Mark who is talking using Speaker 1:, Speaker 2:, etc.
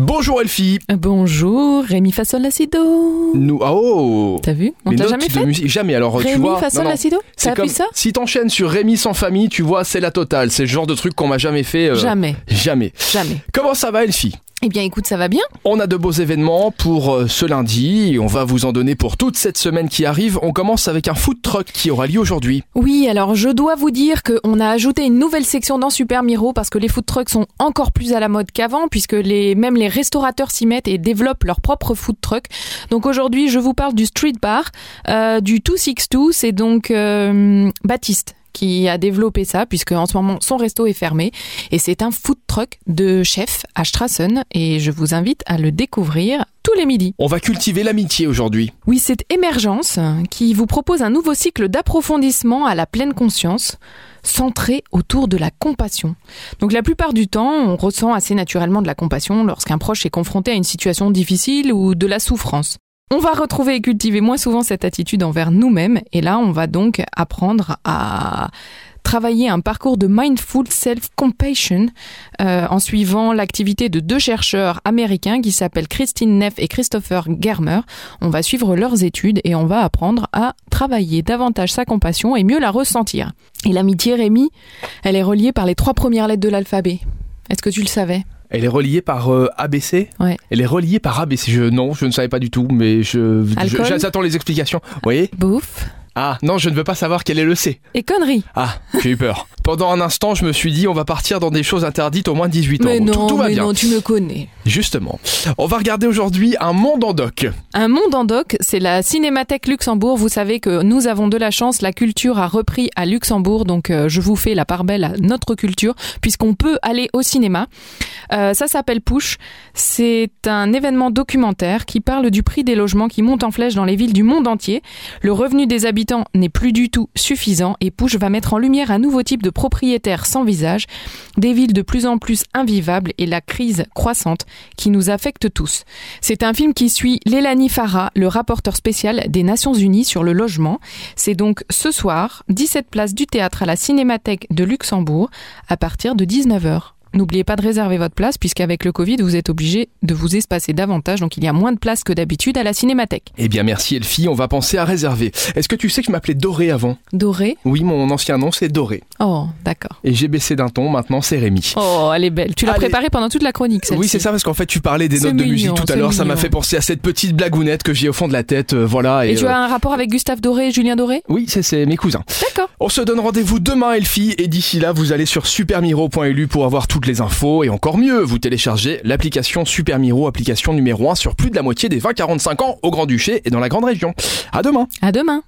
Speaker 1: Bonjour Elfie
Speaker 2: Bonjour, Rémi Fassol Lacido.
Speaker 1: Nous, ah oh
Speaker 2: T'as vu On
Speaker 1: Les
Speaker 2: t'a
Speaker 1: notes
Speaker 2: jamais
Speaker 1: de
Speaker 2: fait
Speaker 1: musique- Jamais, alors tu
Speaker 2: Rémi
Speaker 1: vois...
Speaker 2: Fassol
Speaker 1: non, non.
Speaker 2: Lacido
Speaker 1: C'est
Speaker 2: T'as
Speaker 1: comme-
Speaker 2: appris ça
Speaker 1: Si t'enchaînes sur Rémi sans famille, tu vois, c'est la totale. C'est le genre de truc qu'on m'a jamais fait... euh,
Speaker 2: Jamais,
Speaker 1: Jamais.
Speaker 2: jamais.
Speaker 1: Comment ça va Elfie
Speaker 2: Eh bien écoute, ça va bien
Speaker 1: On a de beaux événements pour euh, ce lundi, et on va vous en donner pour toute cette semaine qui arrive. On commence avec un food truck qui aura lieu aujourd'hui.
Speaker 2: Oui, alors je dois vous dire qu'on a ajouté une nouvelle section dans Super Miro parce que les food trucks sont encore plus à la mode qu'avant puisque les, même les restaurateurs s'y mettent et développent leur propre food truck. Donc aujourd'hui, je vous parle du street bar, euh, du 262, c'est donc euh, Baptiste qui a développé ça puisque en ce moment son resto est fermé et c'est un food truck de chef à Strassen et je vous invite à le découvrir tous les midis.
Speaker 1: On va cultiver l'amitié aujourd'hui.
Speaker 2: Oui, c'est Émergence qui vous propose un nouveau cycle d'approfondissement à la pleine conscience, centré autour de la compassion. Donc la plupart du temps, on ressent assez naturellement de la compassion lorsqu'un proche est confronté à une situation difficile ou de la souffrance. On va retrouver et cultiver moins souvent cette attitude envers nous-mêmes et là, on va donc apprendre à travailler un parcours de mindful self-compassion euh, en suivant l'activité de deux chercheurs américains qui s'appellent Christine Neff et Christopher Germer. On va suivre leurs études et on va apprendre à travailler davantage sa compassion et mieux la ressentir. Et l'amitié, Rémi, elle est reliée par les trois premières lettres de l'alphabet. Est-ce que tu le savais
Speaker 1: Elle est reliée par euh, ABC
Speaker 2: Ouais.
Speaker 1: Elle est reliée par ABC. Je- non, je ne savais pas du tout, mais je...
Speaker 2: Alcool
Speaker 1: je- J'attends les explications. Vous voyez
Speaker 2: Bouffe
Speaker 1: Ah, non, je ne veux pas savoir quel est le C.
Speaker 2: et conneries.
Speaker 1: Ah, j'ai eu peur. Pendant un instant, je me suis dit, on va partir dans des choses interdites au moins de 18 ans.
Speaker 2: mais
Speaker 1: Tout-
Speaker 2: non,
Speaker 1: tout, va
Speaker 2: mais
Speaker 1: bien.
Speaker 2: non, tu me connais.
Speaker 1: Justement. On va regarder aujourd'hui un monde en doc.
Speaker 2: Un monde en doc, c'est la Cinémathèque Luxembourg. Vous savez que nous avons de la chance, la culture a repris à Luxembourg, donc euh, je vous fais la part belle à notre culture, puisqu'on peut aller au cinéma. Euh, ça s'appelle Push. C'est un événement documentaire qui parle du prix des logements qui monte en flèche dans les villes du monde entier. Le revenu des habitants n'est plus du tout suffisant et Push va mettre en lumière un nouveau type de propriétaires sans visage, des villes de plus en plus invivables et la crise croissante qui nous affecte tous. C'est un film qui suit Lélanie Farah, le rapporteur spécial des Nations Unies sur le logement. C'est donc ce soir, 17 places du théâtre à la Cinémathèque de Luxembourg, à partir de 19h. N'oubliez pas de réserver votre place, puisqu'avec le Covid, vous êtes obligé de vous espacer davantage, donc il y a moins de place que d'habitude à la Cinémathèque.
Speaker 1: Eh bien, merci Elfie, on va penser à réserver. Est-ce que tu sais que je m'appelais Doré avant
Speaker 2: Doré
Speaker 1: Oui, mon ancien nom, c'est Doré.
Speaker 2: Oh, d'accord.
Speaker 1: Et j'ai baissé d'un ton, maintenant, c'est Rémi.
Speaker 2: Oh, elle est belle. Tu l'as
Speaker 1: Allez.
Speaker 2: préparée pendant toute la chronique, celle-ci.
Speaker 1: Oui, c'est ça, parce qu'en fait, tu parlais des
Speaker 2: C'est
Speaker 1: notes de musique
Speaker 2: mignon,
Speaker 1: tout à
Speaker 2: c'est
Speaker 1: l'heure. Ça m'a
Speaker 2: mignon.
Speaker 1: fait penser à cette petite blagounette que j'ai au fond de la tête. euh, voilà.
Speaker 2: Et,
Speaker 1: Et,
Speaker 2: tu
Speaker 1: euh,
Speaker 2: as un rapport avec Gustave Doré et Julien Doré
Speaker 1: Oui, c'est- c'est mes cousins.
Speaker 2: D'accord.
Speaker 1: On se donne rendez-vous demain, Elfie, et d'ici là, vous allez sur supermiro.lu pour avoir toutes les infos, et encore mieux, vous téléchargez l'application Supermiro, application numéro 1 sur plus de la moitié des 20-45 ans au Grand-Duché et dans la Grande Région. À demain!
Speaker 2: À demain.